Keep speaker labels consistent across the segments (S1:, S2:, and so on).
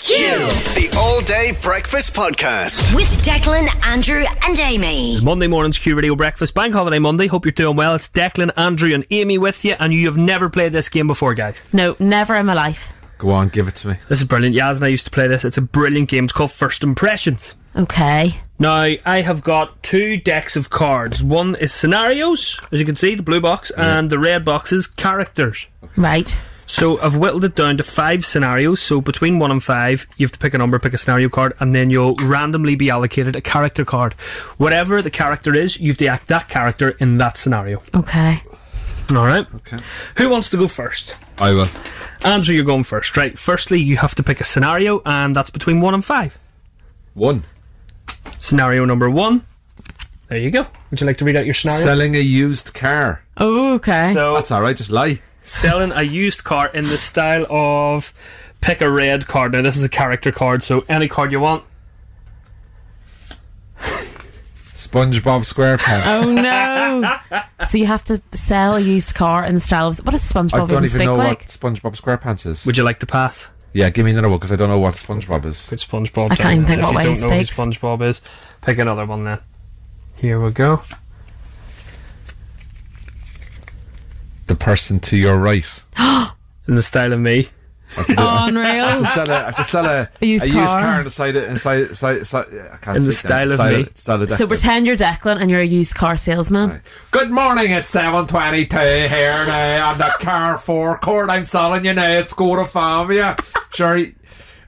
S1: Q
S2: The All Day Breakfast Podcast.
S1: with Declan, Andrew, and Amy.
S3: Monday morning's Q Radio Breakfast. Bank Holiday Monday. Hope you're doing well. It's Declan, Andrew, and Amy with you, and you have never played this game before, guys.
S4: No, never in my life.
S5: Go on, give it to me.
S3: This is brilliant. Yaz and I used to play this. It's a brilliant game. It's called First Impressions.
S4: Okay.
S3: Now, I have got two decks of cards. One is scenarios, as you can see, the blue box, and the red box is characters.
S4: Right.
S3: So I've whittled it down to five scenarios. So between one and five, you have to pick a number, pick a scenario card, and then you'll randomly be allocated a character card. Whatever the character is, you have to act that character in that scenario.
S4: Okay.
S3: All right. Okay. Who wants to go first?
S5: I will.
S3: Andrew, you're going first, right? Firstly, you have to pick a scenario, and that's between one and five.
S5: One.
S3: Scenario number one. There you go. Would you like to read out your scenario?
S5: Selling a used car.
S4: Oh, okay.
S3: so,
S5: That's alright, just lie.
S3: selling a used car in the style of pick a red card. Now, this is a character card, so any card you want.
S5: SpongeBob SquarePants.
S4: oh no. so you have to sell a used car in the style of what is
S5: I
S4: SpongeBob
S5: don't
S4: and
S5: even
S4: Big
S5: know what
S4: Bike?
S5: SpongeBob SquarePants is.
S3: Would you like to pass?
S5: Yeah, give me another one because I don't know what SpongeBob is.
S3: Put SpongeBob.
S4: I can't
S3: down.
S4: even think
S3: if
S4: what
S3: you
S4: way
S3: don't
S4: he
S3: know who
S4: speaks.
S3: SpongeBob is, pick another one then. Here we go.
S5: The person to your right.
S3: In the style of me.
S4: Unreal.
S5: To sell a, I have to sell a,
S4: Oh. A used
S5: a used
S4: car.
S5: car and decide it inside, inside, inside, I can't
S3: In the
S5: speak now.
S3: style of me.
S5: Style of
S4: so
S5: Declan.
S4: pretend you're Declan and you're a used car salesman.
S5: Good morning, it's 722 here now on the car four court. I'm selling you now, it's go to farm, yeah. Sure,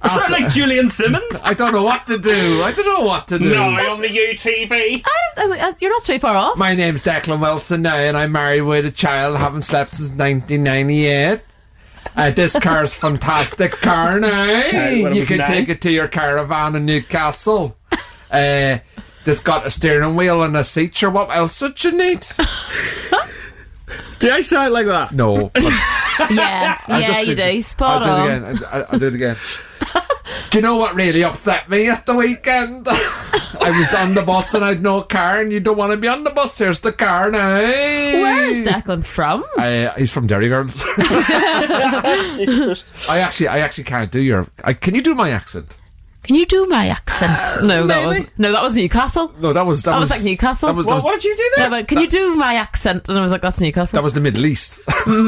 S3: I sound like Julian Simmons.
S5: I don't know what to do. I don't know what to do.
S3: on the UTV.
S4: I don't- oh, you're not too far off.
S5: My name's Declan Wilson now, and I'm married with a child. Haven't slept since 1998. Uh, this car's fantastic car now.
S3: Child, what,
S5: you
S3: was
S5: can
S3: nine?
S5: take it to your caravan in Newcastle. Uh, it's got a steering wheel and a seat. Sure, what else would you need?
S3: Do I sound like that?
S5: No.
S4: yeah. Yeah, you do. Spot
S5: I'll
S4: on.
S5: do it again. I'll, I'll do it again. do you know what really upset me at the weekend? I was on the bus and I'd no car, and you don't want to be on the bus. Here's the car now.
S4: Where is Declan from?
S5: Uh, he's from Derry Girls. I actually, I actually can't do your. I, can you do my accent?
S4: Can you do my accent? No, that
S5: Maybe.
S4: wasn't. No, that was Newcastle.
S5: No, that was that,
S4: That was like Newcastle.
S5: That was
S3: Well,
S5: that,
S3: what did you do
S4: Yeah,
S3: there?
S4: but can you do my accent? And I was like, that's Newcastle.
S5: that was the Middle East.
S4: Might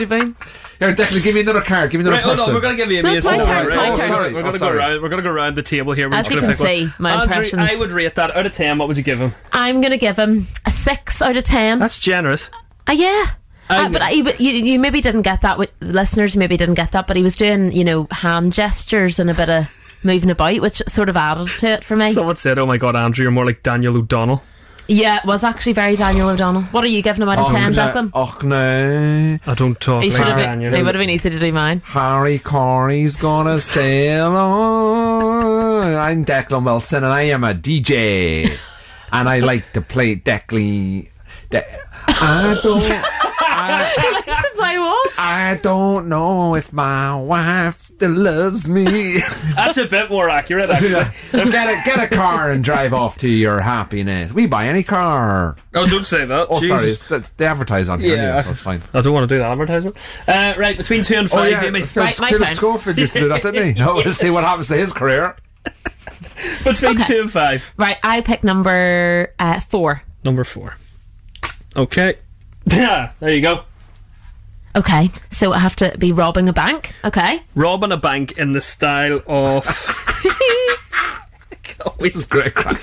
S4: have been.
S5: Here, Declan, give me another card. Give me another
S3: Right, hold
S5: person.
S3: on, we're going to give Amy
S4: No,
S3: a
S4: it's my
S3: scenario.
S4: turn, it's my
S3: Oh,
S4: turn.
S3: sorry, we're
S5: Oh,
S3: going to go
S5: sorry.
S3: round. We're going to go round the table here. We're
S4: As
S3: just
S4: you
S3: gonna
S4: can
S3: pick one.
S4: see, my
S3: Andrew,
S4: impressions.
S3: I would rate that out of ten. What would you give him?
S4: I'm going to give him a 6 out of 10.
S3: That's generous.
S4: Uh, yeah.
S3: I-
S4: Uh, but I, but you, you maybe didn't get that with listeners maybe didn't get that but he was doing you know hand gestures and a bit of moving about which sort of added to it for me
S3: Someone said, "Oh my God, Andrew, you're more like Daniel O'Donnell."
S4: yeah it was actually very Daniel O'Donnell what are you giving him out
S3: Oh,
S4: of 10 Declan
S5: Och no,
S3: I don't talk
S4: he
S3: like
S4: should have been
S3: Daniel.
S4: he would have been easy to do mine
S5: Harry Corey's gonna sail on. I'm Declan Wilson, and I am a DJ, and I like to play Declan. De- I don't. I,
S4: Nice to play what
S5: I don't know if my wife still loves me.
S3: That's a bit more accurate, actually.
S5: get a get a car and drive off to your happiness. We buy any car.
S3: Oh, don't say that.
S5: Oh,
S3: Jesus.
S5: sorry, it's, that's, they advertise on here,
S3: Yeah.
S5: anyway, so it's fine.
S3: I don't want to do the advertisement. Uh, right, between two and five, Amy.
S4: Right, my turn.
S5: Oh, Philip Schofield used to do that, didn't he? Oh, We'll see what happens to his career.
S3: Between two and five.
S4: right I pick number uh, 4
S3: Number four. Okay. Yeah, there you go.
S4: okay so I have to be robbing a bank okay
S3: Robbing a bank in the style of.
S4: Oh,
S5: This is great. crack.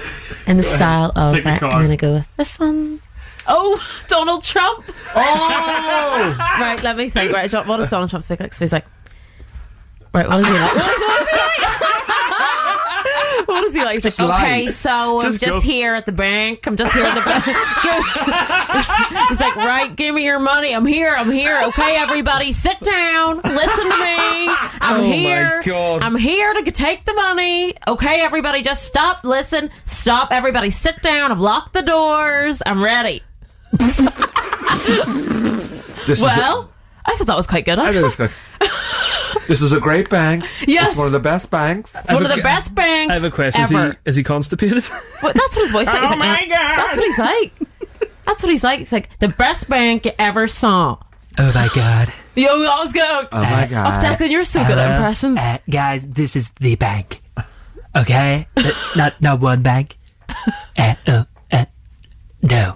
S4: in the style of
S3: Pick a
S4: right,
S3: card.
S4: I'm gonna go with this one Oh, Donald Trump!
S5: Oh,
S4: Right, let me think. Right, John, what is Donald Trump think like? So he's like, right, what is he like? What is, what is he like? What is he like? He's like,
S5: lie.
S4: okay, so
S3: Just
S4: I'm
S3: go.
S4: just here at the bank. I'm just here at the bank. he's like, right, give me your money. I'm here. I'm here. Okay, everybody, sit down. Listen to me. I'm
S3: Oh my
S4: here.
S3: God.
S4: I'm here to take the money. Okay, everybody, just stop. Listen. Stop. Everybody, sit down. I've locked the doors. I'm ready.
S5: this
S4: Well, I thought that was quite good.
S5: is. A, I
S4: Actually.
S5: think it's good. This is a great bank.
S4: Yes.
S5: It's one of the best banks.
S4: It's one of the best banks.
S3: I have a question. Is
S4: Ever.
S3: he, is he constipated?
S4: Well, that's what his voice like. He's
S3: Oh
S4: like,
S3: my
S4: "Uh,"
S3: God.
S4: That's what he's like. That's what he's like. It's like the best bank you ever saw.
S3: oh my God.
S4: Yo, that was good.
S5: Oh my
S4: Oh,
S5: god.
S4: Declan, you're so
S3: Uh-huh.
S4: good at impressions.
S6: Uh, guys, this is the bank. Okay? Uh, not not one bank. Uh, uh, uh, no.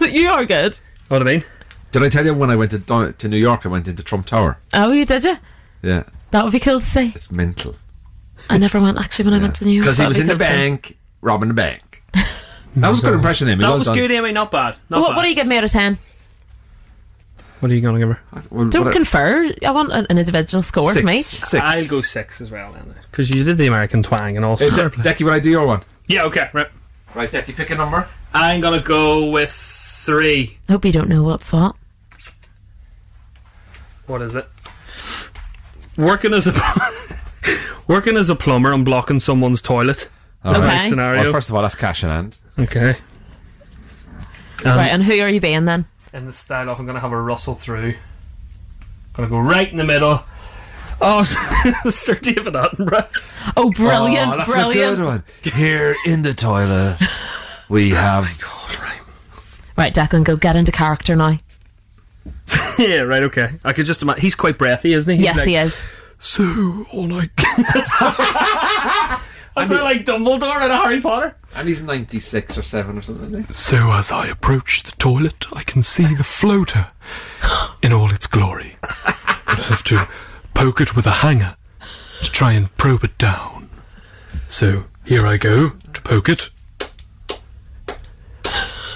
S4: you are good.
S3: Know what I mean?
S5: Did I tell you when I went to, down to New York? I went into Trump Tower.
S4: Oh, you did you?
S5: Yeah,
S4: That would be cool to see.
S5: it's mental.
S4: I never went actually when I went to New York.
S5: Because he
S4: That'd
S5: was
S4: be
S5: in the
S4: cool to see.
S5: bank, robbing the bank. That was a good impression, Amy.
S3: That
S5: well
S3: was
S5: done.
S3: good, Amy. Not bad. Not
S4: What,
S3: bad.
S4: what do you give me out of ten?
S3: What are you going to give her?
S5: Well,
S4: Don't
S5: what a-
S4: confer. I want an, an individual score
S5: six,
S4: from each.
S5: six.
S3: I'll go six as well, then. Because you did the American twang and all
S5: Hey,
S3: sorts
S5: De-
S3: of
S5: Decky, will I do your one?
S3: Yeah, okay, right.
S5: Right, Decky, pick a number.
S3: I'm going to go with three.
S4: Hope you don't know what's what.
S3: What is it? Working as a working as a plumber and blocking someone's toilet. That's
S4: Okay.
S3: my scenario.
S5: Well, first of all, that's cash in hand.
S3: okay.
S4: right, and who are you being then?
S3: in the style of I'm going to have a rustle through. going to go right in the middle. Oh, Sir David Attenborough.
S4: Oh, brilliant,
S5: Oh, that's
S4: brilliant.
S5: a good one. Here in the toilet, we have.
S4: Right, Declan, go get into character now.
S3: yeah, right, okay. I could just imagine. He's quite breathy, isn't he? He's
S4: yes,
S3: like,
S4: he is.
S3: So, all I I sound like Dumbledore in Harry Potter.
S5: And he's 96 or 7 or something, isn't he?
S7: So as I approach the toilet, I can see the floater in all its glory. I have to poke it with a hanger to try and probe it down. So here I go to poke it.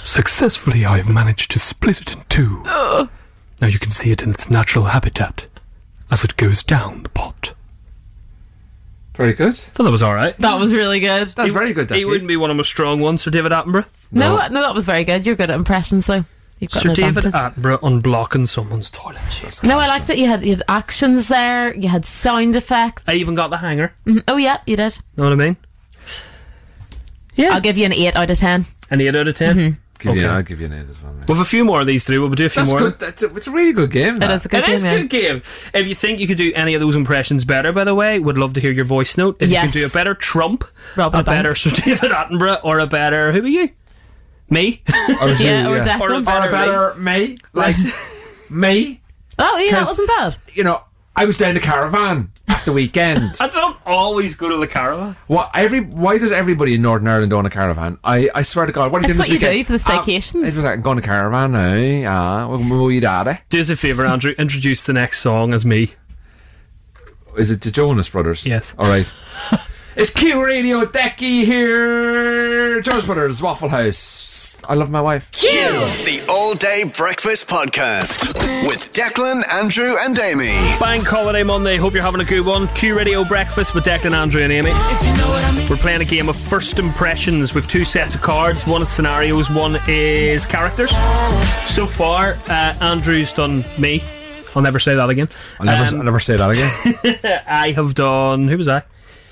S7: Successfully, I have managed to split it in two. Now you can see it in its natural habitat as it goes down the pot.
S5: Very good.
S3: thought that was alright.
S4: That was really good.
S5: That's very good,
S3: He wouldn't
S5: Decky.
S3: be one of my strong ones, Sir David Attenborough.
S4: No, no, that was very good. You're good at impressions, though. You've got
S3: Sir
S4: an
S3: David
S4: advantage.
S3: Attenborough unblocking someone's toilet.
S4: No, I liked it. You had you had actions there. You had sound effects.
S3: I even got the hanger.
S4: Mhm. Oh yeah, you did.
S3: Know what I mean? Yeah.
S4: I'll Mm-hmm. give you an eight out of ten.
S3: An 8 out of 10.
S5: Give you,
S3: Okay.
S5: I'll give you an 8 as well. mate.
S3: We've a few more of these three. We'll do a few
S5: That's
S3: more.
S5: good. That's a, it's a really good
S4: It
S5: game. Ah. that.
S4: is a good
S3: it
S4: game.
S3: is
S4: yeah.
S3: good game. If you think you could do any of those impressions better, by the way, would love to hear your voice note. If you
S4: Yes.
S3: could do a better Trump,
S4: Rob
S3: a
S4: the bank.
S3: better Sir David Attenborough, or a better who are you? Me?
S5: Or is
S4: Yeah,
S5: it-
S4: or Declan.
S3: Or a
S5: Or
S3: better
S5: a Oh, better me. Like, me.
S4: Oh yeah, that
S5: 'Cause-
S4: wasn't bad.
S5: You know, I was down the caravan at the weekend.
S3: I don't always go to the caravan.
S5: What every? Why does everybody in Northern Ireland own a caravan? I, I swear to God, what are you
S4: That's
S5: doing
S4: what
S5: this
S4: you
S5: weekend?
S4: do for the
S5: Ah,
S4: staycations.
S5: It's like going to caravan, eh? Ah, well, well, you daddy.
S3: Do us a favour, Andrew. Introduce the next song as me.
S5: Is it the Jonas Brothers?
S3: Yes.
S5: All right. it's Q Radio Decky here. Jonas Brothers Waffle House. I love my wife.
S2: The All Day Breakfast Podcast with Declan, Andrew, and Amy.
S3: Bank Holiday Monday. Hope you're having a good one. Q Radio Breakfast with Declan, Andrew, and Amy. We're playing a game of first impressions with two sets of cards. One is scenarios, one is characters. So far, uh, Andrew's done me. I'll never say that again.
S5: I never,
S3: Um,
S5: I never say that again.
S3: I have done. Who was I?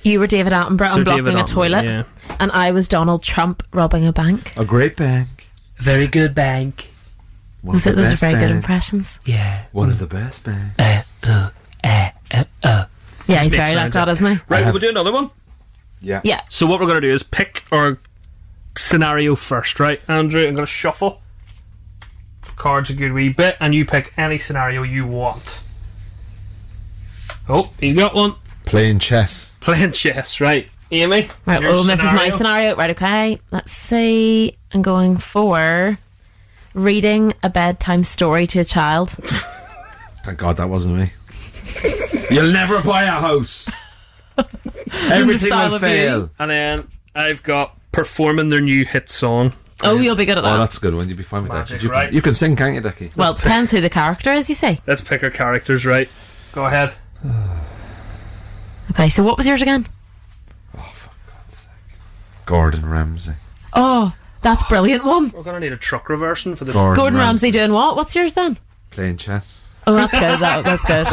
S4: You were David Attenborough
S3: Sir
S4: unblocking
S3: David
S4: a
S3: Attenborough,
S4: toilet,
S3: yeah.
S4: and I was Donald Trump robbing a bank.
S5: a great bank.
S6: Very good bank.
S5: One
S4: Those,
S5: of
S4: are,
S5: the
S4: those are
S5: best
S4: very good
S5: banks.
S4: impressions. Uh,
S6: Yeah.
S5: One of the best banks.
S4: Yeah, he's
S3: Snake
S4: very
S3: sounding.
S4: like that, isn't he?
S3: Right, we'll do another one.
S5: Yeah.
S4: Yeah.
S3: So what we're going to do is pick our scenario first, right? Andrew, I'm going to shuffle cards a good wee bit, and you pick any scenario you want. Oh, he's got one.
S5: Playing chess.
S3: Playing chess, right? Amy,
S4: Right,
S3: your
S4: well, this is my scenario. Right, okay. Let's see. I'm going for reading a bedtime story to a child.
S5: Thank God that wasn't me. You'll never buy a house. Everything
S4: style
S5: will
S4: of you.
S5: fail. Oh,
S3: And then I've got performing their new hit song.
S4: Oh, you'll be good at
S5: Oh,
S4: that.
S5: that's a good one. You'd be fine with
S3: Magic,
S5: that. You,
S3: right?
S5: you can sing, can't you, Ducky?
S4: well, it depends who the character is, you see.
S3: Let's pick our characters, right? Go ahead.
S4: Okay, so what was yours again?
S5: Gordon Ramsay.
S4: Oh, that's brilliant one.
S3: We're going to need a truck reversing for the.
S4: Gordon Ramsay doing what? What's yours then?
S5: playing chess.
S4: Oh, that's good. That, that's good.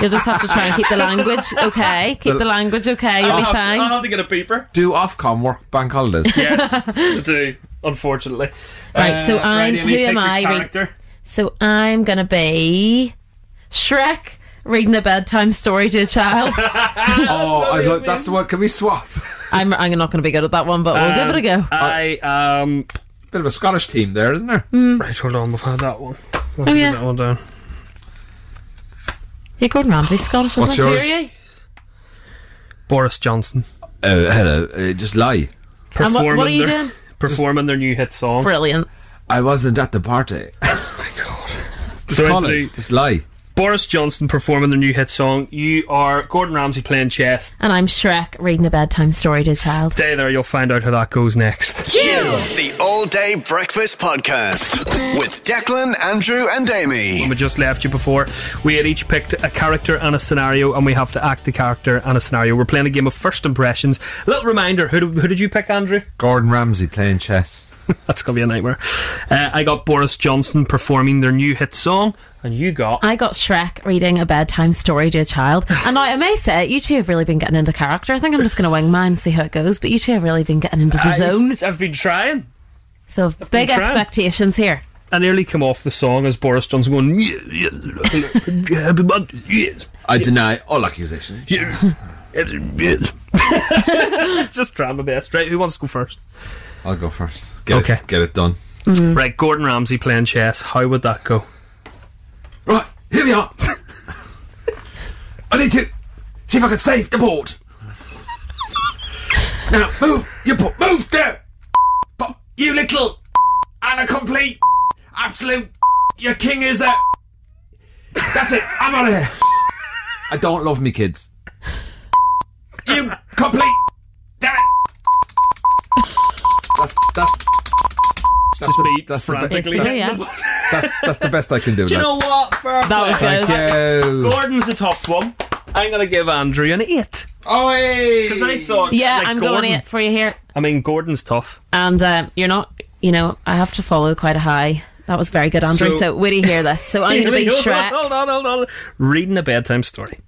S4: You'll just have to try and keep the language okay. Keep the language okay. You'll be
S3: I'll have, I'll
S4: fine.
S3: have to get a beeper.
S5: Do Ofcom work bank holidays?
S3: Yes, I do. Unfortunately.
S4: Right,
S3: Uh,
S4: so I'm-
S3: Amy,
S4: who
S3: pick
S4: am
S3: your
S4: I? Re-
S3: Character.
S4: So I'm going to be Shrek reading a bedtime story to a child.
S5: oh, I love, that's the one. Can we swap?
S4: I'm, I'm not going to be good at that one, but we'll give it a go.
S3: Uh, I um.
S5: Bit of a
S4: Mm.
S5: Scottish team there, isn't there?
S3: Right, hold on. We've had that one. We'll
S4: Oh,
S3: get
S4: yeah.
S3: that one down.
S4: Yeah, Gordon Ramsay's Scottish.
S5: What's
S4: isn't
S5: yours?
S4: He?
S3: Boris Johnson
S5: Uh, hello, uh, just lie.
S4: And
S3: performing
S4: what- what are you
S3: their
S4: doing?
S3: performing their new hit song.
S4: Brilliant.
S5: I wasn't at the party.
S3: so
S5: Colin,
S3: Anthony,
S5: just lie.
S3: Boris Johnson performing their new hit song. You are Gordon Ramsay playing chess.
S4: And I'm Shrek reading a bedtime story to a child.
S3: Stay there, you'll find out how that goes next.
S2: The All Day Breakfast Podcast with Declan, Andrew, and Amy.
S3: When we just left you before, we had each picked a character and a scenario, and we have to act the character and a scenario. We're playing a game of first impressions. Little reminder: who, do- who did you pick, Andrew?
S5: Gordon Ramsay playing chess.
S3: That's gonna be a nightmare. Uh, I got Boris Johnson performing their new hit song, and you got
S4: I got Shrek reading a bedtime story to a child. And now I may say, you two have really been getting into character. I think I'm just going to wing mine and see how it goes. But you two have really been getting into the zone.
S3: I've been trying.
S4: So big
S3: trying.
S4: expectations here.
S3: I nearly come off the song as Boris Johnson going, "Yeah, yeah, yeah, everyone, yes,
S5: I deny all accusations.
S3: yeah, yes." Just trying my best. Right, who wants to go first?
S5: I'll go first. Get
S3: Okay.
S5: It, get it done.
S3: Right, Gordon Ramsay playing chess. How would that go?
S5: Right, here we are. I need to see if I can save the board. Now move, you put move there, but you little and a complete absolute. Your king is a. That's it. I'm out of here. I don't love me kids. You complete. Damn it. That's that's
S3: Just be
S5: that's the
S3: frantically.
S5: bit-
S4: that's-
S3: hitting the
S4: yeah.
S3: button.
S5: that's that's the best I can do.
S3: Do you know what? Fair
S4: That was
S3: play.
S4: good.
S5: Yo.
S3: Gordon's a tough one. I'm gonna give Andrew an eight because I thought,
S4: Yeah,
S3: like
S4: I'm
S3: Gordon,
S4: going it for you here.
S3: I mean, Gordon's tough.
S4: And uh, you're not, you know, I have to follow quite a high. That was very good, Andrew.
S3: So-
S4: So, would he hear this? So I'm going to be
S3: Hold on,
S4: Shrek.
S3: hold on, hold on. Reading a bedtime story.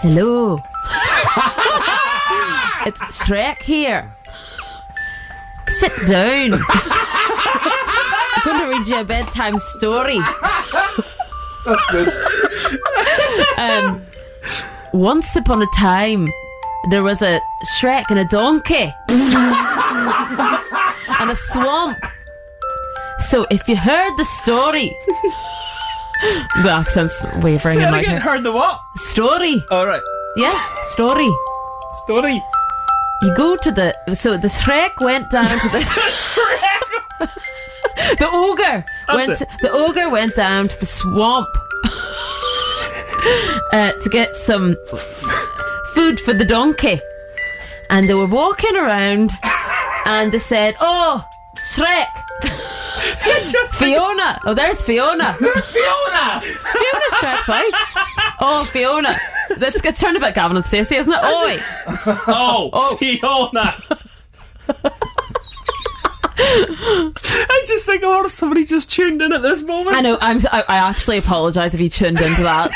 S4: Hello. it's Shrek here. Sit down. I'm going to read you a bedtime story.
S5: That's good.
S4: Um, once upon a time, there was a Shrek and a donkey and a swamp. So if you heard the story, the accent's wavering. in my head.
S3: heard the what?
S4: Story,
S3: All right,
S4: yeah, story.
S3: story.
S4: You go to the so the Shrek went down to the the ogre
S3: That's
S4: went
S3: it.
S4: the ogre went down to the swamp uh, to get some food for the donkey, and they were walking around, and they said, "Oh, Shrek, Fiona! Oh, there's Fiona,
S3: Fiona.
S4: Fiona Shrek's wife. Oh, Fiona." That's good. Turn about Gavin and Stacey, isn't it? Oi!
S3: Oh, Fiona. I just think, oh, somebody just tuned in at this moment.
S4: I know. I'm. I, I actually apologise if you tuned into that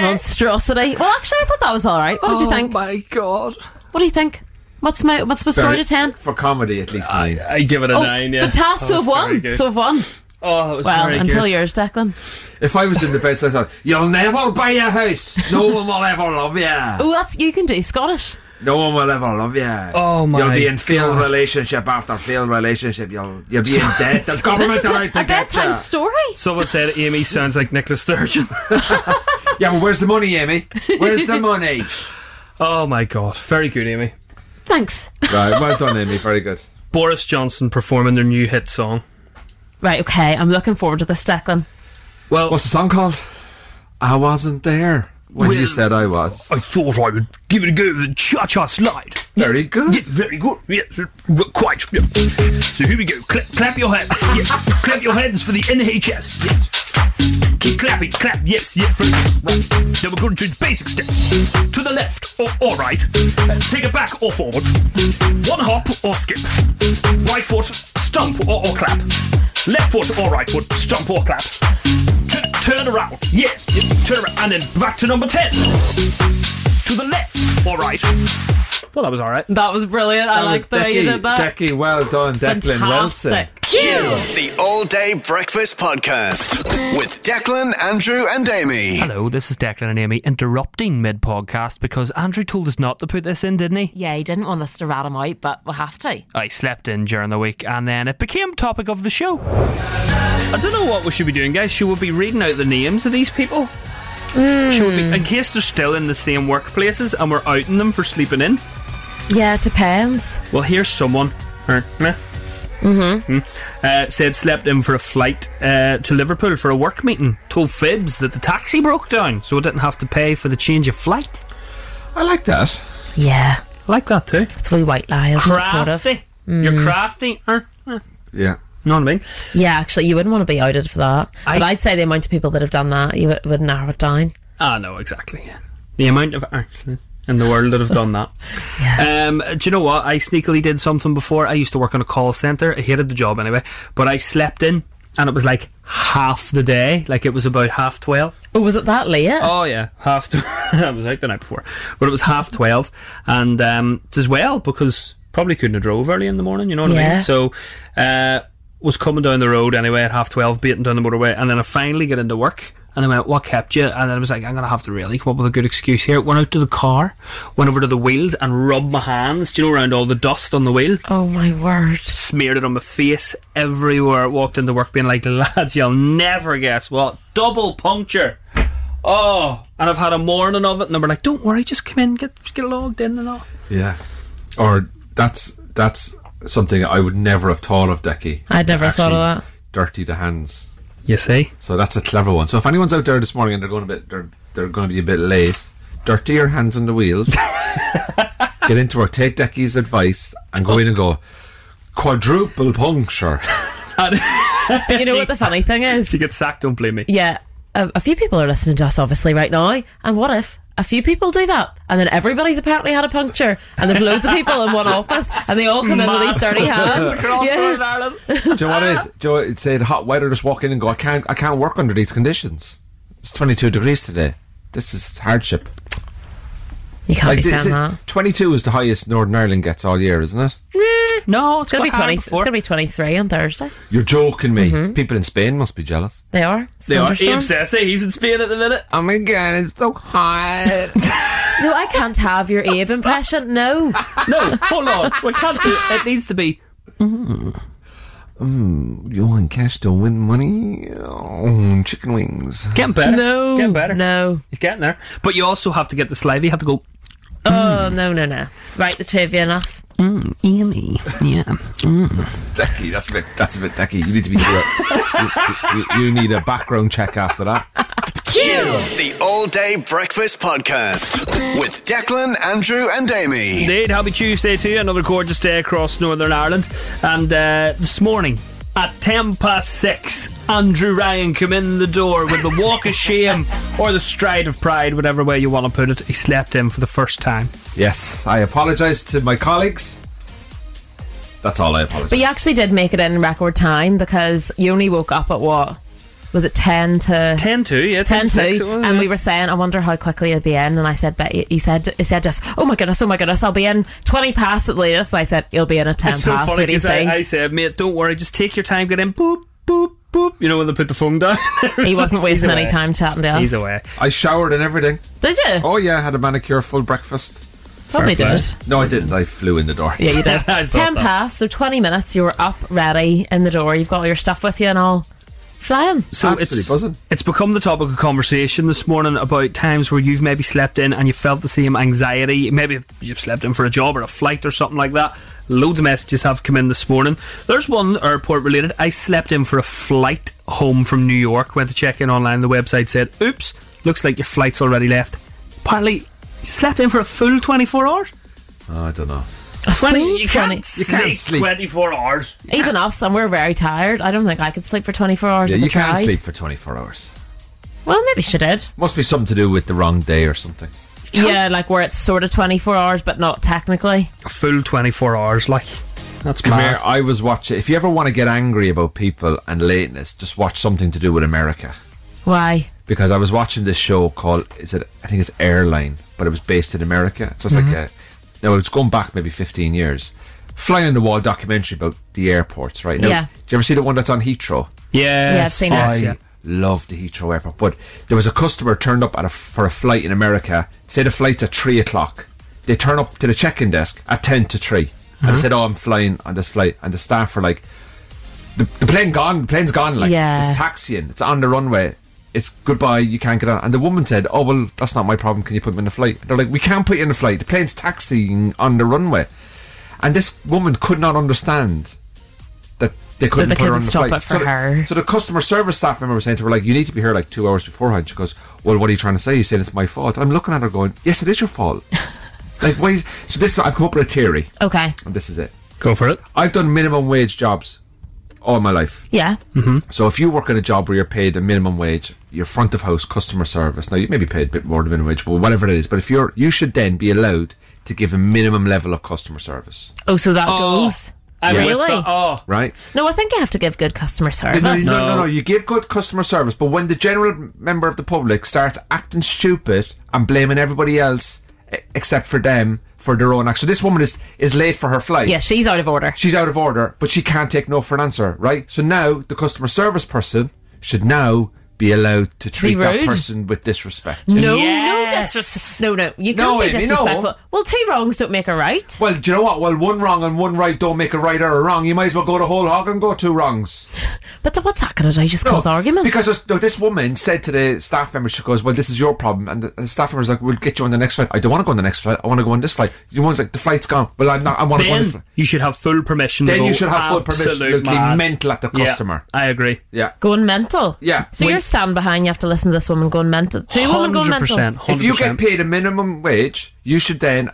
S4: monstrosity. Well, actually, I thought that was all right. What did you think?
S3: Oh my god!
S4: What do you think? What's my What's my score to ten?
S5: For comedy, at least. I,
S3: I give it a
S4: Oh,
S3: nine. Yeah,
S4: fantastic! So
S3: That was
S4: have
S3: very
S4: won.
S3: good.
S4: So have won.
S3: oh, that was
S4: Well,
S3: very
S4: until
S3: good.
S4: yours, Declan.
S5: If I was in the bed, I thought, "You'll never buy a house. No one will ever love you.
S4: Oh, that's you can do Scottish.
S5: No one will ever love you.
S3: Oh my
S5: You'll be in failed
S3: God.
S5: relationship after failed relationship. You'll you'll be in debt. The
S4: This
S5: government
S4: is
S5: are
S4: a,
S5: out
S4: a
S5: to get
S4: bedtime
S5: you.
S4: story.
S3: Someone said Amy sounds like Nicola Sturgeon.
S5: Yeah, well, where's the money, Amy? Where's the money?
S3: oh my god! Very good, Amy.
S4: Thanks.
S5: right, well done, Amy. Very good.
S3: Boris Johnson performing their new hit song.
S4: Right. Okay. I'm looking forward to this, Declan.
S3: Well,
S5: What's the song called? I wasn't there when you said I was.
S3: I thought I would give it a go with the cha cha slide.
S5: Very good.
S3: Yeah, very good. Yeah, well, quite. Yeah. So here we go. Clap, clap your hands. Yeah. clap your hands for the NHS. Yes. Keep clapping. Clap. Yes. Yeah. Very good. Now we're going to do the basic steps. To the left or all right. Uh, take it back or forward. One hop or skip. Right foot stomp or, or clap. Left foot or right foot stomp or clap. Tu- turn around. Yes. yeah, Turn around and then back to number ten. To the left or right. Well, that was all right.
S4: That was brilliant. I like the way you did that.
S5: Decky, well done, Declan Wilson.
S4: Fantastic.
S2: The
S4: Cute.
S2: All Day Breakfast Podcast with Declan, Andrew, and Amy.
S6: Hello, this is Declan and Amy interrupting mid podcast because Andrew told us not to put this in, didn't he?
S4: Yeah, he didn't want us to rat him out, but we'll have to.
S6: I slept in during the week and then it became topic of the show.
S3: I don't know what we should be doing, guys. Should we be reading out the names of these people? Should we, in case they're still in the same workplaces and we're outing them for sleeping in,
S4: Yeah, it depends.
S3: well, here's someone. Mm-hmm. Uh, said slept in for a flight uh, to Liverpool for a work meeting. Told Fibs that the taxi broke down, so I didn't have to pay for the change of flight.
S5: I like that.
S4: Yeah,
S3: I like that too.
S4: it's a wee white lie, isn't it? Sort of. Mm.
S3: Crafty. You're crafty. Uh, uh,
S5: Yeah.
S3: know what I mean?
S4: Yeah, actually, you wouldn't want to be outed for that.
S3: I-
S4: but I'd say the amount of people that have done that, you would, would narrow it down.
S3: Ah, no, exactly. yeah. The amount of uh, in the world that have done that. Um, do you know what? I sneakily did something before. I used to work in a call center. I hated the job anyway, but I slept in, and it was like half the day. Like it was about half twelve.
S4: Oh, was it that late?
S3: Oh yeah, half. Tw- I was out the night before, but it was half twelve, and um, it's as well because probably couldn't have drove early in the morning. You know what I
S4: Yeah.
S3: mean? So, uh, was coming down the road anyway at half twelve, beating down the motorway, and then I finally get into work. And I went, what kept you? And then I was like, I'm gonna have to really come up with a good excuse here. Went out to the car, went over to the wheels, and rubbed my hands. Do you know around all the dust on the wheel?
S4: Oh my word.
S3: smeared it on my face everywhere. Walked into work being like, lads, you'll never guess what. Double puncture. Oh, and I've had a morning of it, and they were like, don't worry, just come in, get get logged in and all.
S5: Yeah. Or that's that's something I would never have thought of, Decky.
S4: I'd
S5: to
S4: never thought of
S5: actually Dirty the hands.
S3: You see?
S5: So that's a clever one. So if anyone's out there this morning and they're going a bit, they're they're going to be a bit late. Dirty your hands on the wheels. Get into work. Take Decky's advice and go in and go quadruple puncture.
S4: But you know what the funny thing
S3: If you
S4: is?
S3: get sacked, don't blame me.
S4: Yeah, a, a few people are listening to us, obviously, right now. And what if a few people do that? And then everybody's apparently had a puncture, and there's loads of people in one office, and they all come in with these dirty hands. Yeah.
S5: Do you know what it is? Do you know what it said hot weather? Just walk in and go. I can't. I can't work under these conditions. It's twenty two degrees today. This is hardship.
S4: You can't be
S5: th-
S4: saying
S5: is it-
S4: that.
S5: twenty-two is the highest Northern Ireland gets all year, isn't it?
S3: No, it's
S4: It's gonna
S3: going
S4: be
S3: to be
S4: twenty. It's gonna be twenty-three on Thursday.
S5: You're joking me. People in Spain must be jealous.
S4: They are.
S3: They are. Abe
S4: Thunderstorms.
S3: says, hey, he's in Spain at the minute.
S5: Oh my god, it's so hot.
S4: No, I can't have your Abe impression. No.
S3: No, hold on. We can't do it. It needs to be.
S5: Johan Cash don't win money. Oh, chicken wings.
S3: Getting better.
S4: No.
S3: Getting better.
S4: No.
S3: He's getting there. But you also have to get the saliva. You have to go,
S4: Oh, no, no, no. Right, the two of you enough.
S6: Amy. Yeah.
S5: Decky, that's a bit. That's a bit decky. You need to be. you, you- you need a background check after that.
S2: The All Day Breakfast Podcast with Declan, Andrew, and Amy.
S3: Indeed, happy Tuesday to you. Another gorgeous day across Northern Ireland. And uh, this morning, at 10 past 6, Andrew Ryan came in the door with the walk of shame or the stride of pride, whatever way you want to put it. He slept in for the first time.
S5: Yes, I apologise to my colleagues. That's all I apologise.
S4: But you actually did make it in record time because you only woke up at what? Was it 10 to
S3: 10 to, yeah, 10,
S4: 10
S3: to 6.
S4: to?
S3: it was,
S4: And
S3: yeah.
S4: we were saying, I wonder how quickly it'd be in. And I said, but he said, he said just, oh my goodness, oh my goodness, I'll be in 20 past at latest. And I said, he'll be in at 10
S3: It's so
S4: past.
S3: funny
S4: what do you
S3: because I,
S4: say?
S3: I said, mate, don't worry, just take your time, get in, boop, boop, boop. You know, when they put the phone down.
S4: he wasn't wasting any
S3: away.
S4: time chatting to us.
S3: He's away.
S5: I showered and everything.
S4: Did you?
S5: Oh yeah, I had a manicure, full breakfast.
S4: Probably
S3: fair play.
S4: did.
S5: No, I didn't. I flew in the door.
S4: Yeah, you did.
S3: I thought
S4: 10
S3: that.
S4: past, so 20 minutes, you were up, ready, in the door. You've got all your stuff with you and all. Flying.
S3: So
S5: Absolutely
S3: it's,
S5: buzzing.
S3: it's become the topic of conversation this morning about times where you've maybe slept in and you felt the same anxiety. Maybe you've slept in for a job or a flight or something like that. Loads of messages have come in this morning. There's one airport related. I slept in for a flight home from New York. Went to check in online. The website said, "Oops, looks like your flight's already left." Apparently, you slept in for a full 24 hours.
S5: Oh, I don't know.
S3: Twenty, you can't,
S4: 20.
S3: You can't sleep 24 hours.
S4: Even us, and we're very tired. I don't think I could sleep for 24 hours.
S5: Yeah,
S4: if I
S5: you can't
S4: tried.
S5: sleep for 24 hours.
S4: Well, maybe she did.
S5: Must be something to do with the wrong day or something.
S4: Yeah, like where it's sort of 24 hours, but not technically.
S3: A full 24 hours, like that's
S5: Come
S3: mad.
S5: here, I was watching. If you ever want to get angry about people and lateness, just watch something to do with America.
S4: Why?
S5: Because I was watching this show called, is it? I think it's Airline, but it was based in America. So it's like a, no, it's going back maybe 15 years. Fly on the wall documentary about the airports, right? Now,
S4: Yeah.
S5: Do you ever see the one that's on Heathrow?
S3: Yes,
S4: Yeah, I've seen
S3: yes,
S4: that.
S3: yeah.
S5: I love the Heathrow Airport. But there was a customer turned up at a, for a flight in America. Say the flight's at three o'clock. They turn up to the check-in desk at ten to 3 and I said, "Oh, I'm flying on this flight." And the staff were like, "The, the plane gone. The plane's gone. Like
S4: Yeah.
S5: it's taxiing. It's on the runway." It's goodbye. You can't get on." And the woman said, "Oh well, that's not my problem. Can you put me in a flight?" And they're like, "We can't put you in a flight. The plane's taxiing on the runway." And this woman could not understand that they couldn't
S4: they
S5: put her
S4: couldn't
S5: on the
S4: stop
S5: flight.
S4: it for
S5: so, the-
S4: her.
S5: so the customer service staff member was saying to her, like, you need to be here like two hours beforehand. She goes, Well, what are you trying to say? You're saying it's my fault. I'm looking at her going, Yes, it is your fault. like, why? Is, so this, I've come up with a theory,
S4: Okay.
S5: and this is it.
S3: Go for it.
S5: I've done minimum wage jobs all my life.
S4: Yeah.
S5: So if you work in a job where you're paid a minimum wage, your front of house customer service. Now you may be paid a bit more than minimum wage, but whatever it is. But if you're, you should then be allowed to give a minimum level of customer service,
S4: Oh, so that
S3: Oh,
S4: goes.
S3: I'm
S4: Really?
S3: with that. Oh,
S5: right?
S4: No, I think you have to give good customer service.
S5: No, no, no,
S3: No.
S5: no, no. You give good customer service, but when the general member of the public starts acting stupid and blaming everybody else e- except for them for their own actions. So this woman is is late for her flight.
S4: Yeah, she's out of order.
S5: She's out of order, but she can't take no for an answer, right? So now the customer service person should now be allowed to treat that
S4: rude.
S5: person with disrespect.
S4: No,
S3: Yes.
S4: no disres- No, no, you
S5: No,
S4: can't be
S5: Amy, no.
S4: disrespectful. Well, two wrongs don't make a right.
S5: Well, do you know what? Well, one wrong and one right don't make a right or a wrong. You might as well go the whole hog and go two wrongs.
S4: But then what's that going to do? Just cause arguments?
S5: Because this, no, this woman said to the staff member, she goes, "Well, this is your problem." And the, the staff member's like, "We'll get you on the next flight." I don't want to go on the next flight. I want to go on this flight. The one's like, "The flight's gone." Well, I'm not. I want to go on this
S3: then
S5: flight.
S3: you should have full permission. to
S5: Then
S3: go
S5: you should have full permission.
S3: absolute
S5: Absolutely
S3: mad.
S5: mental at the
S3: Yeah,
S5: customer.
S3: I agree.
S5: Yeah.
S4: going mental.
S5: Yeah.
S4: So
S5: When-
S4: you're stand behind. You have to listen to this woman going mental. Two women going
S3: Hundred percent.
S4: mental.
S5: If you get paid a minimum wage, you should then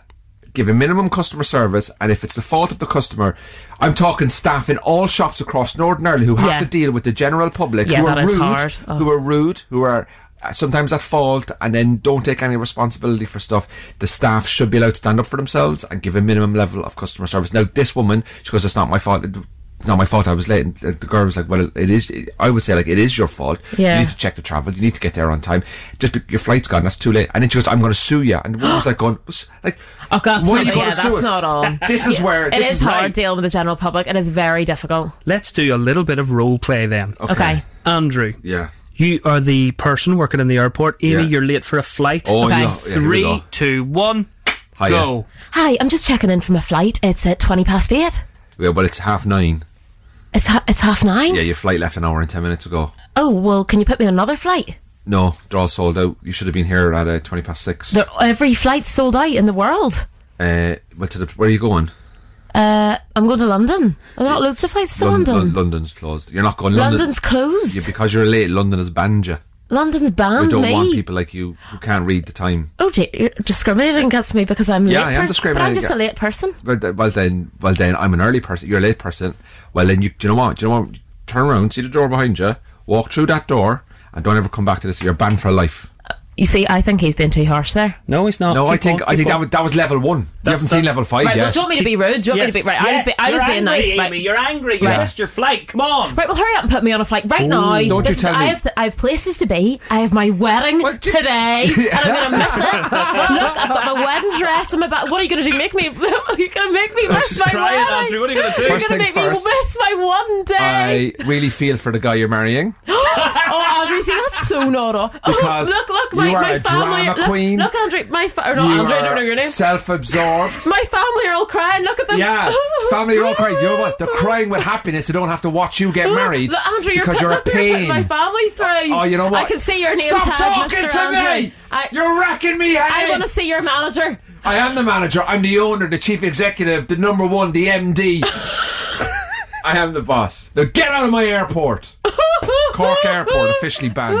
S5: give a minimum customer service. And if it's the fault of the customer, I'm talking staff in all shops across Northern Ireland who have
S4: Yeah.
S5: to deal with the general public
S4: Yeah,
S5: who
S4: that
S5: are
S4: is
S5: rude,
S4: hard. Oh.
S5: who are rude, who are uh, sometimes at fault, and then don't take any responsibility for stuff. The staff should be allowed to stand up for themselves and give a minimum level of customer service. Now, this woman, she goes, "It's not my fault." It's not my fault. I was late, and the girl was like, "Well, it is." I would say, like, it is your fault.
S4: Yeah.
S5: You need to check the travel. You need to get there on time. Just be, your flight's gone. That's too late. And then she goes, "I'm going to sue you." And the woman was like, "Going, "What's- like,
S4: Oh, God,
S5: why
S4: so-
S5: do you
S4: yeah,
S5: want to sue
S4: that's
S5: us?"
S4: not on.
S5: This is where
S4: It
S5: this
S4: is hard
S5: right.
S4: dealing with the general public. It is very difficult.
S3: Let's do a little bit of role play then.
S4: Okay.
S3: Andrew,
S5: Yeah.
S3: you are the person working in the airport. Amy,
S5: Yeah.
S3: you're late for a flight.
S5: Oh,
S4: Okay.
S5: yeah, yeah. here we
S3: Three,
S5: go.
S3: two, one,
S5: Hiya.
S3: go.
S4: Hi, I'm just checking in from a flight. It's at twenty past eight.
S5: Yeah, well, it's half nine.
S4: It's ha- it's half nine.
S5: Yeah, your flight left an hour and ten minutes ago.
S4: Oh well, can you put me on another flight?
S5: No, they're all sold out. You should have been here at uh, twenty past six.
S4: They're, every flight's sold out in the world.
S5: Uh, well, to the, where are you going?
S4: Uh, I'm going to London. Are there not loads of flights to
S5: Lon-
S4: London?
S5: Lon- London's closed. You're not going. London.
S4: London's closed.
S5: Yeah, because you're late. London has banned you.
S4: London's
S5: They
S4: banned
S5: don't
S4: me.
S5: want people like you who can't read the time.
S4: Oh dear, you're discriminating against me because I'm late.
S5: Yeah,
S4: per-
S5: I am
S4: But I'm
S5: discriminating
S4: just a
S5: aga-
S4: late person.
S5: Well, th- well then, well then, I'm an early person. You're a late person. Well then, you do you know what? Do you know what? Turn around, see the door behind you, walk through that door, and don't ever come back to this. You're banned for life.
S4: You see, I think he's been too harsh there.
S3: No, he's
S4: Oh,
S3: not.
S5: No, I
S3: Keep
S5: think
S3: on,
S5: I
S3: keep
S5: think that
S3: on.
S5: was, that was level one. you haven't seen
S3: that's-
S5: level five
S4: Right, well,
S5: yet.
S4: do you want me to be rude? Do you want me to be right? I was, be, I was being nice. right?
S3: You're angry. You
S4: Right.
S3: missed your flight. Come on.
S4: Right, well, hurry up and put me on a flight right now.
S5: don't you
S4: is-
S5: tell
S4: I
S5: me.
S4: have, th- I have places to be. I have my wedding
S5: What you-
S4: today, and I'm going to miss it. Look, I've got my wedding dress. I'm about. What are you going to do? Make me? You're going to make me miss
S3: She's
S4: my
S3: crying,
S4: wedding.
S3: Andrew. What are you gonna do?
S4: You're
S5: First
S4: going to
S5: things
S4: make me
S5: first.
S4: miss my one day.
S5: I really feel for the guy you're marrying.
S4: Oh, Andrew, see, that's so not all. Oh,
S5: Because
S4: look, look, my,
S5: you are
S4: my
S5: a
S4: family.
S5: drama
S4: look,
S5: queen.
S4: look, Andrew, my fa- or not
S5: you
S4: Andrew, I don't
S5: are
S4: know your name.
S5: Self-absorbed.
S4: my family are all crying. Look at them.
S5: Yeah, family are all crying. You know what? They're crying with happiness. They don't have to watch you get married
S4: Look, Andrew, you're
S5: because
S4: putting,
S5: you're a
S4: you're
S5: pain.
S4: putting my family through.
S5: Oh, you know what?
S4: I can see your name
S5: Stop
S4: tag,
S5: talking
S4: Mr.
S5: to
S4: Andrew.
S5: me.
S4: I,
S5: You're racking me head.
S4: I want to see your manager.
S5: I am the manager. I'm the owner, the chief executive, the number one, the MD. I am the boss. Now get out of my airport. Cork Airport officially banned.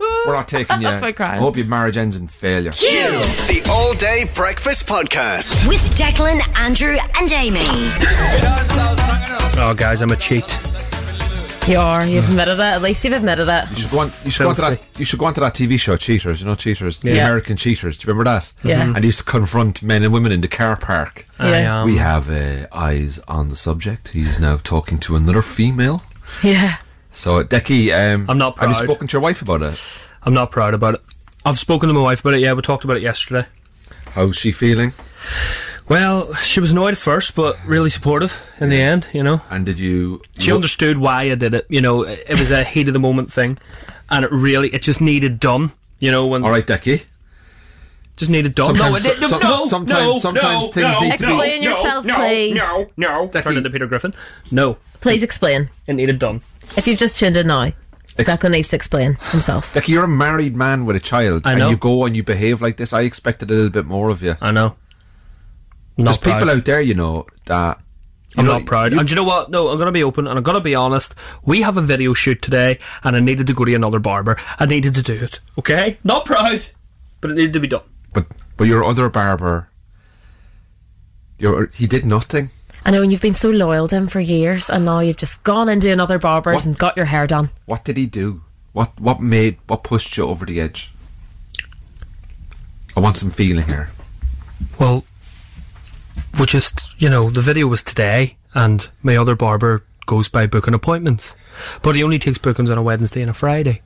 S5: We're not taking you. Oh.
S4: That's my crime.
S5: I hope your marriage ends in failure.
S2: The All Day Breakfast Podcast.
S1: With Declan, Andrew, and Amy.
S3: Oh, guys, I'm a cheat.
S4: You are. You've admitted it. At least you've admitted it.
S5: You should, go on, you, should go on to that,
S3: Filthy.
S5: you should go on to that TV show, Cheaters. You know, Cheaters? The
S3: Yeah.
S5: American Cheaters. Do you remember that?
S4: Yeah. Mhm.
S5: And they used to confront men and women in the car park.
S4: Yeah.
S3: Um,
S5: we have uh, eyes on the subject. He's now talking to another female.
S4: Yeah.
S5: So, Decky, um,
S3: I'm not proud.
S5: Have you spoken to your wife about it?
S3: I'm not proud about it. I've spoken to my wife about it. Yeah, we talked about it yesterday.
S5: How's she feeling?
S3: Well, she was annoyed at first, but really supportive in the end. You know,
S5: And did you?
S3: she
S5: look-
S3: understood why I did it. You know, it it was a heat of the moment thing, and it really it just needed done. You know, when
S5: All right, Decky.
S3: just needed done.
S5: Sometimes-
S3: no, it- no,
S5: some-
S3: no,
S5: sometimes-
S3: no,
S5: sometimes
S3: no,
S5: things
S3: no,
S5: need to be-
S4: Explain yourself, please.
S3: no. Turn into Peter Griffin. No,
S4: Please explain.
S3: it needed done.
S4: If you've just tuned in now. Declan needs to explain himself.
S5: Like you're a married man with a child,
S3: I know.
S5: and you go and you behave like this. I expected a little bit more of you.
S3: I know. Not
S5: There's people
S3: proud.
S5: out there, you know, that
S3: I'm
S5: you know,
S3: not proud.
S5: you-
S3: and do you know what? No, I'm going to be open and I'm going to be honest. We have a video shoot today and I needed to go to another barber. I needed to do it. Okay? Not proud, but it needed to be done.
S5: but but your other barber, your he did nothing.
S4: I know, and you've been so loyal to him for years, and now you've just gone into another barber's
S5: What?
S4: and got your hair done.
S5: What did he do? What what made what pushed you over the edge? I want some feeling here.
S3: Well, we just, you know, the video was today and my other barber goes by booking appointments. But he only takes bookings on a Wednesday and a Friday.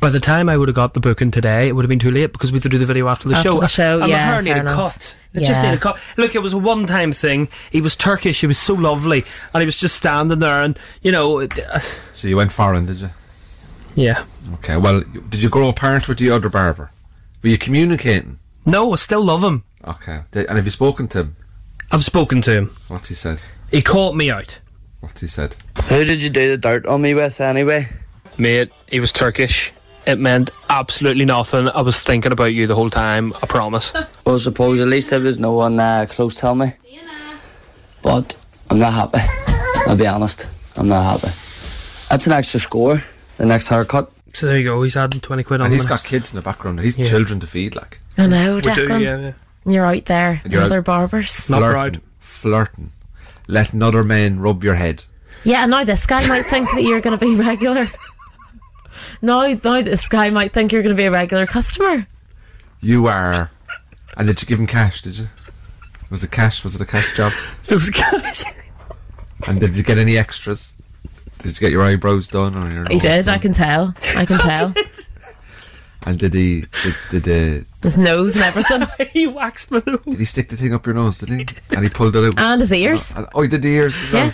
S3: By the time I would have got the booking today, it would have been too late because we had to do the video after the
S4: After
S3: show.
S4: the show,
S3: and
S4: yeah,
S3: my hair needed
S4: fair enough.
S3: cut. It just
S4: Yeah.
S3: needed cut. Look, it was a one time thing. He was Turkish. He was so lovely. And he was just standing there and, you know, it, uh,
S5: So you went foreign, did you?
S3: yeah.
S5: Okay. Well, did you grow apart with the other barber? Were you communicating?
S3: No, I still love him.
S5: Okay. Did, and have you spoken to him?
S3: I've spoken to him.
S5: What's he said?
S3: He caught me out.
S5: What's he said?
S8: Who did you do the dirt on me with anyway?
S3: Mate, he was Turkish. It meant absolutely nothing. I was thinking about you the whole time, I promise.
S8: Well, suppose at least there was no one uh, close to me. But I'm not happy. I'll be honest. I'm not happy. That's an extra score. The next haircut.
S3: so there you go, he's adding 20 quid on
S5: And
S3: the
S5: he's got
S3: next.
S5: kids in the background. He's children to feed, like.
S4: I know,
S3: We do,
S4: Declan.
S3: yeah, yeah.
S4: And You're out there,
S5: You're out-
S4: another barber's.
S3: Not
S5: flirting,
S3: proud.
S5: Flirting. Letting other men rub your head.
S4: Yeah, and now this guy might think that you're going to be regular. Now, now this guy might think you're going to be a regular customer.
S5: You are. And did you give him cash, did you? Was it cash? Was it a cash job?
S3: It was Turkish.
S5: And did you get any extras? Did you get your eyebrows done or your
S4: He did, I can tell. I can tell.
S5: And did he did, did, uh,
S4: His nose and everything,
S3: he waxed my nose.
S5: did he stick the thing up your nose, did he? And he pulled it out.
S4: and his ears.
S5: And- oh he did the ears as well.
S4: Yeah.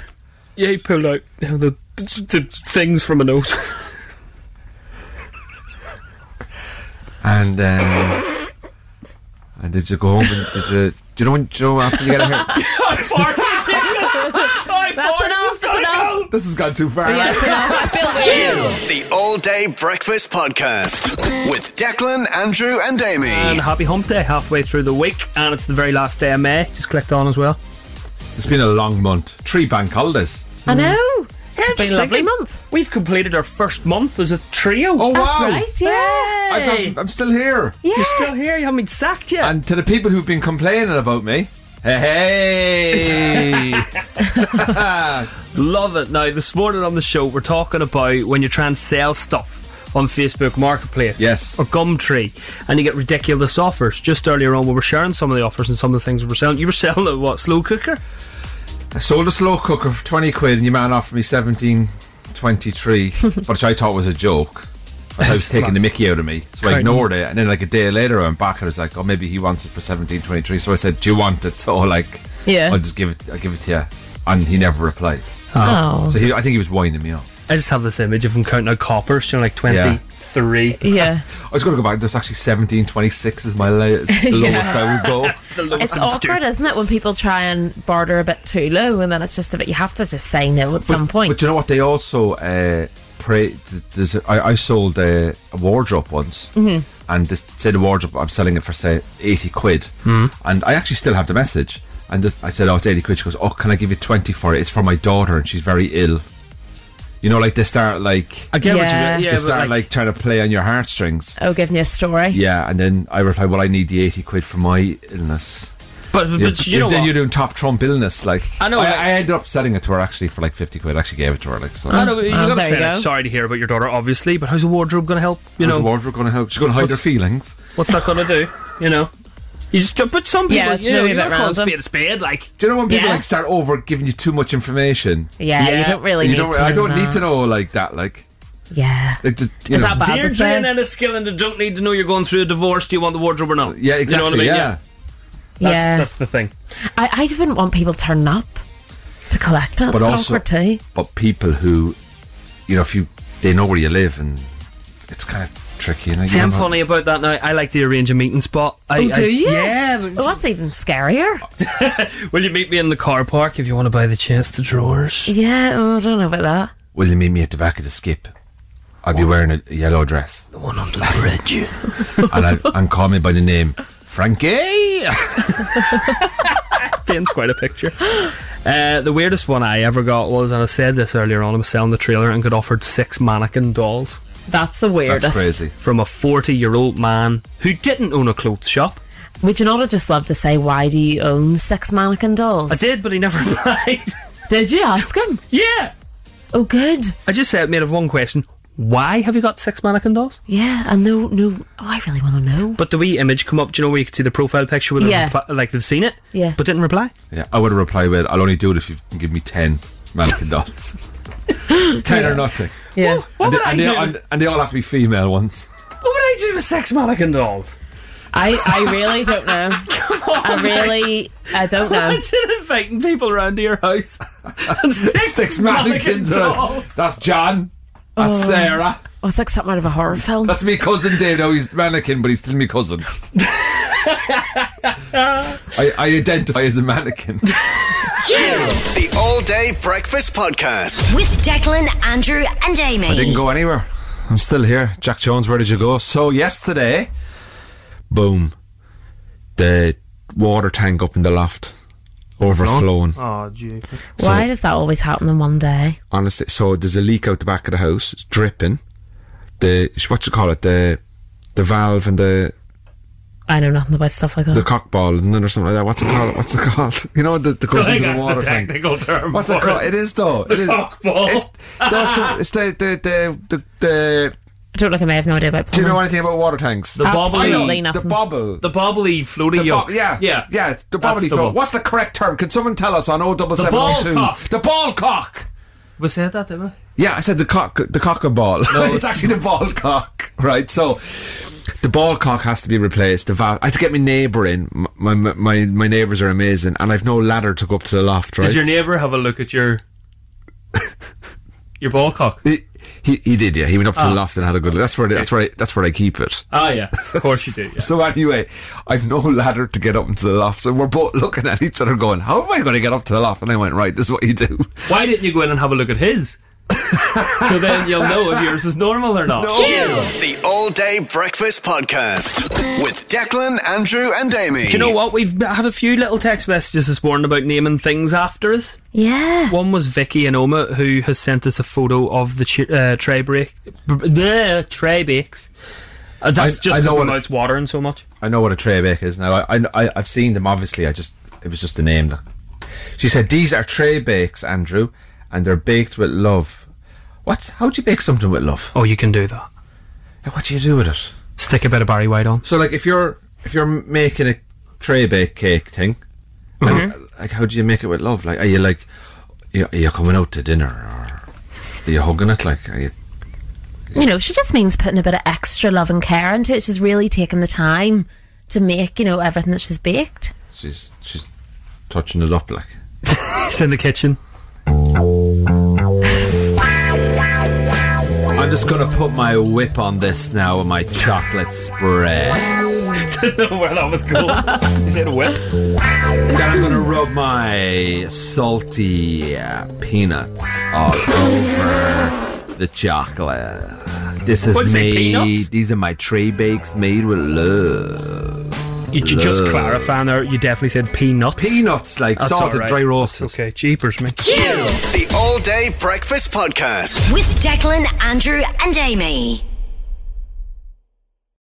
S3: Yeah, he pulled out you know, the, the things from a nose.
S5: And um, and did you go home and did you do you know when do you know after you get a hair
S4: That's enough. That's enough.
S5: This has gone too far.
S4: Yeah, that's enough. I feel weird.
S2: The All Day Breakfast Podcast with Declan, Andrew, and Amy.
S3: and happy hump day halfway through the week, and it's the very last day of May. Just clicked on as well.
S5: It's been a long month. Three bank holidays.
S4: I know.
S5: Mm.
S4: It's
S3: been lovely.
S4: month.
S3: We've completed our first month as a trio.
S5: Oh
S4: That's
S5: wow!
S4: right. Yeah.
S5: I thought- I'm still here.
S4: Yeah.
S3: You're still here, you haven't been sacked yet.
S5: And to the people who've been complaining about me, hey, hey.
S3: Love it. Now, this morning on the show, we're talking about when you try and sell stuff on Facebook Marketplace.
S5: Yes.
S3: Or Gumtree. And you get ridiculous offers. Just earlier on, we were sharing some of the offers and some of the things we were selling. You were selling a what, slow cooker?
S5: I sold a slow cooker for 20 quid and your man offered me 17.23, which I thought was a joke. I thought he was taking the mickey out of me. So I
S3: Correct.
S5: ignored it. And then like a day later, I went back and I was like, oh, maybe he wants it for 17.23. So I said, do you want it? So like,
S4: Yeah.
S5: I'll just give it, I'll give it to you. And he never replied.
S4: Oh.
S5: So he, I think he was winding me up.
S3: I just have this image of him counting out coppers, you know, like 23.
S4: Yeah.
S5: I was going to go back. There's actually 17.26 is my lowest, the lowest I would go.
S4: It's awkward, isn't it, when people try and barter a bit too low, and then it's just a bit. You have to just say no at some point.
S5: But you know what? They also uh, pray. th- There's, I, I sold uh, a wardrobe once,
S3: Mm-hmm.
S5: and this said wardrobe. I'm selling it for say eighty quid,
S3: Hmm.
S5: and I actually still have the message. And this, I said, "Oh, it's eighty quid." She goes, "Oh, can I give you twenty for it? It's for my daughter, and she's very ill." You know, like they start like
S3: I get what you
S4: Yeah.
S3: mean. Yeah,
S5: they
S3: but
S5: start like,
S3: like,
S5: trying to play on your heartstrings.
S4: oh, giving you a story.
S5: Yeah, and then I reply, "Well, I need the eighty quid for my illness."
S3: but, but
S5: Yeah,
S3: you know
S5: then
S3: what?
S5: you're doing top Trump illness. Like
S3: I know,
S5: I,
S3: like-
S5: I ended up selling it to her actually for like fifty quid. I actually gave it to her like. So.
S3: I know, you're
S4: Oh,
S3: gonna
S4: there
S3: say
S4: you
S3: like,
S4: go.
S3: sorry to hear about your daughter, obviously, but how's the wardrobe going to help? You
S5: How's the
S3: know,
S5: wardrobe going to help? She's going to hide her
S3: What's-
S5: feelings.
S3: what's that going to do? You know, you just but some people,
S4: Yeah, it's
S3: you know,
S4: maybe a
S3: you
S4: bit
S3: gotta call a
S4: random.
S3: spade a spade. Like,
S5: Do you know when people
S4: Yeah.
S5: like start over giving you too much information?
S4: Yeah,
S3: Yeah.
S4: you don't really.
S5: you
S4: need
S5: don't.
S4: To
S5: I
S4: know
S5: don't need
S4: that.
S5: to know like that. Like,
S4: Yeah.
S5: like just, you
S4: Is
S5: know.
S4: that bad? to
S3: Deirdre
S4: say.
S3: and Enniskillen that don't need to know you're going through a divorce. Do you want the wardrobe or not? You
S5: Yeah,
S3: know
S5: exactly.
S3: what I mean?
S5: yeah.
S3: That's,
S4: yeah.
S3: that's the thing.
S4: I, I wouldn't want people turning up to collect it. It's
S5: But
S4: a bit
S5: also-
S4: awkward too.
S5: But people who, you know, if you they know where you live and it's kind of tricky. You know, you
S3: See, I'm
S5: don't know-
S3: funny about that now. I like to arrange a meeting spot. I,
S4: Oh, do
S3: I-
S4: you?
S3: Yeah.
S4: Oh, that's even
S5: Uh,
S4: scarier.
S3: Will you meet me in the car park if you want to buy the chance to drawers?
S4: Yeah, oh, I don't know about that.
S5: Will you meet me at the back of the skip? I'll be wearing a yellow dress.
S6: The one under the bridge.
S5: and, I, and call me by the name Frankie.
S3: Paints quite a picture. Uh, the weirdest one I ever got was, and I said this earlier on, I was selling the trailer and got offered six mannequin dolls
S4: That's the weirdest.
S5: That's crazy.
S3: from a 40 year old man who didn't own a clothes shop.
S4: Would you not have just loved to say, why do you own six mannequin dolls?
S3: I did, but he never replied.
S4: Did you ask him?
S3: yeah!
S4: Oh, good.
S3: I just said, made of one question why have you got six mannequin dolls?
S4: Yeah, and no, no. Oh, I really want to know.
S3: But the wee image come up, do you know where you can see the profile picture with
S4: Yeah.
S3: like they've seen it,
S4: Yeah.
S3: but didn't reply?
S5: yeah, I would have replied with, I'll only do it if you can give me 10 mannequin dolls. it's 10 or nothing.
S4: Yeah.
S3: What
S5: And
S3: would
S5: they,
S3: I
S5: and,
S3: do?
S5: they, and, and they all have to be female ones.
S3: what would I do with six mannequin dolls?
S4: I, I really don't know. I really, I don't know.
S3: Imagine inviting people around to your house. and six,
S5: Six mannequins.
S3: mannequin
S5: are- That's John. That's Sarah.
S4: Oh, it's like something out of a horror film.
S5: That's me cousin Dave. No, he's mannequin, but he's still me cousin. I, I identify as a mannequin.
S2: The All Day Breakfast Podcast.
S1: With Declan, Andrew, and Amy.
S5: I didn't go anywhere. I'm still here. Jack Jones, where did you go? So yesterday, boom, the water tank up in the loft overflowing.
S3: Oh, gee.
S4: Why does that always happen in one day?
S5: Honestly, so there's a leak out the back of the house. It's dripping. The what you call it? The the valve and the
S4: I know nothing about stuff like that.
S5: the cock ball and then or something like that. What's it called? What's it called? You know the, the goes
S3: I think
S5: into the
S3: that's
S5: water
S3: the
S5: tank.
S3: technical term.
S5: What's
S3: for
S5: it called? It is though. it is.
S3: cock ball.
S5: It's, no, it's the, it's the, the, the, the, the
S4: I don't like I may have no idea about
S5: Do you
S4: plumbing.
S5: know anything about water tanks?
S3: The bobbly-
S4: Absolutely
S5: the
S4: nothing.
S5: bobble.
S3: The bobbly floaty
S5: The
S3: yolk.
S5: bo- yeah,
S3: yeah,
S5: yeah. it's The
S3: That's
S5: bobbly
S3: the
S5: float.
S3: one.
S5: What's the correct term? Can someone tell us on 07702?
S3: The ball cock.
S5: The ball cock.
S3: We said that, didn't we?
S5: Yeah, I said the cock, the cock and ball. No, it's actually the ball cock, right? So the ball cock has to be replaced. The valve. I had to get my neighbour in. M- My my my, my neighbours are amazing, and I've no ladder to go up to the loft. Right?
S3: Did your neighbour have a look at your your ball cock?
S5: he, he he did. Yeah, he went up to the loft and had a good. look. That's where the- that's where I, that's where I keep it.
S3: Ah, yeah, of course you do. Yeah.
S5: So anyway, I've no ladder to get up into the loft, and we're both looking at each other, going, "How am I going to get up to the loft?" And I went, "Right, this is what you do."
S3: Why didn't you go in and have a look at his? so then you'll know if yours is normal or not.
S2: The All Day Breakfast Podcast. With Declan, Andrew, and Amy.
S3: Do you know what? We've had a few little text messages this morning about naming things after us.
S4: yeah.
S3: One was Vicky in Oma, who has sent us a photo of the chi- uh, tray break, b- b- the tray bakes. Uh, that's
S5: I-
S3: just
S5: I
S3: because my
S5: know what it-
S3: mouth's watering so much.
S5: I know what a tray bake is now. I, I I've seen them obviously. I just it was just the name. That she said these are tray bakes, Andrew, and they're baked with love. What's how do you bake something with love?
S3: Oh, you can do that.
S5: And What do you do with it?
S3: Stick a bit of Barry White on.
S5: So like if you're if you're making a tray bake cake thing, like, like, how do you make it with love? Like are you like you are you coming out to dinner or are you hugging it? Like are you
S4: You know, she just means putting a bit of extra love and care into it. She's really taking the time to make, you know, everything that she's baked.
S5: she's she's touching it up like.
S3: It's in the kitchen.
S5: I'm just gonna put my whip on this now and my chocolate spread.
S3: Didn't know where that was going. Is it a whip?
S5: Then I'm gonna rub my salty uh, peanuts all over the chocolate. This is
S3: What'd you say,
S5: made.
S3: peanuts?
S5: These are my tray bakes made with love.
S3: You, you just clarifying there. You definitely said peanuts.
S5: Peanuts, like
S3: That's
S5: salted
S3: all right.
S5: dry roasted.
S3: Okay, jeepers, me.
S2: The All Day Breakfast Podcast.
S1: With Declan, Andrew, and Amy.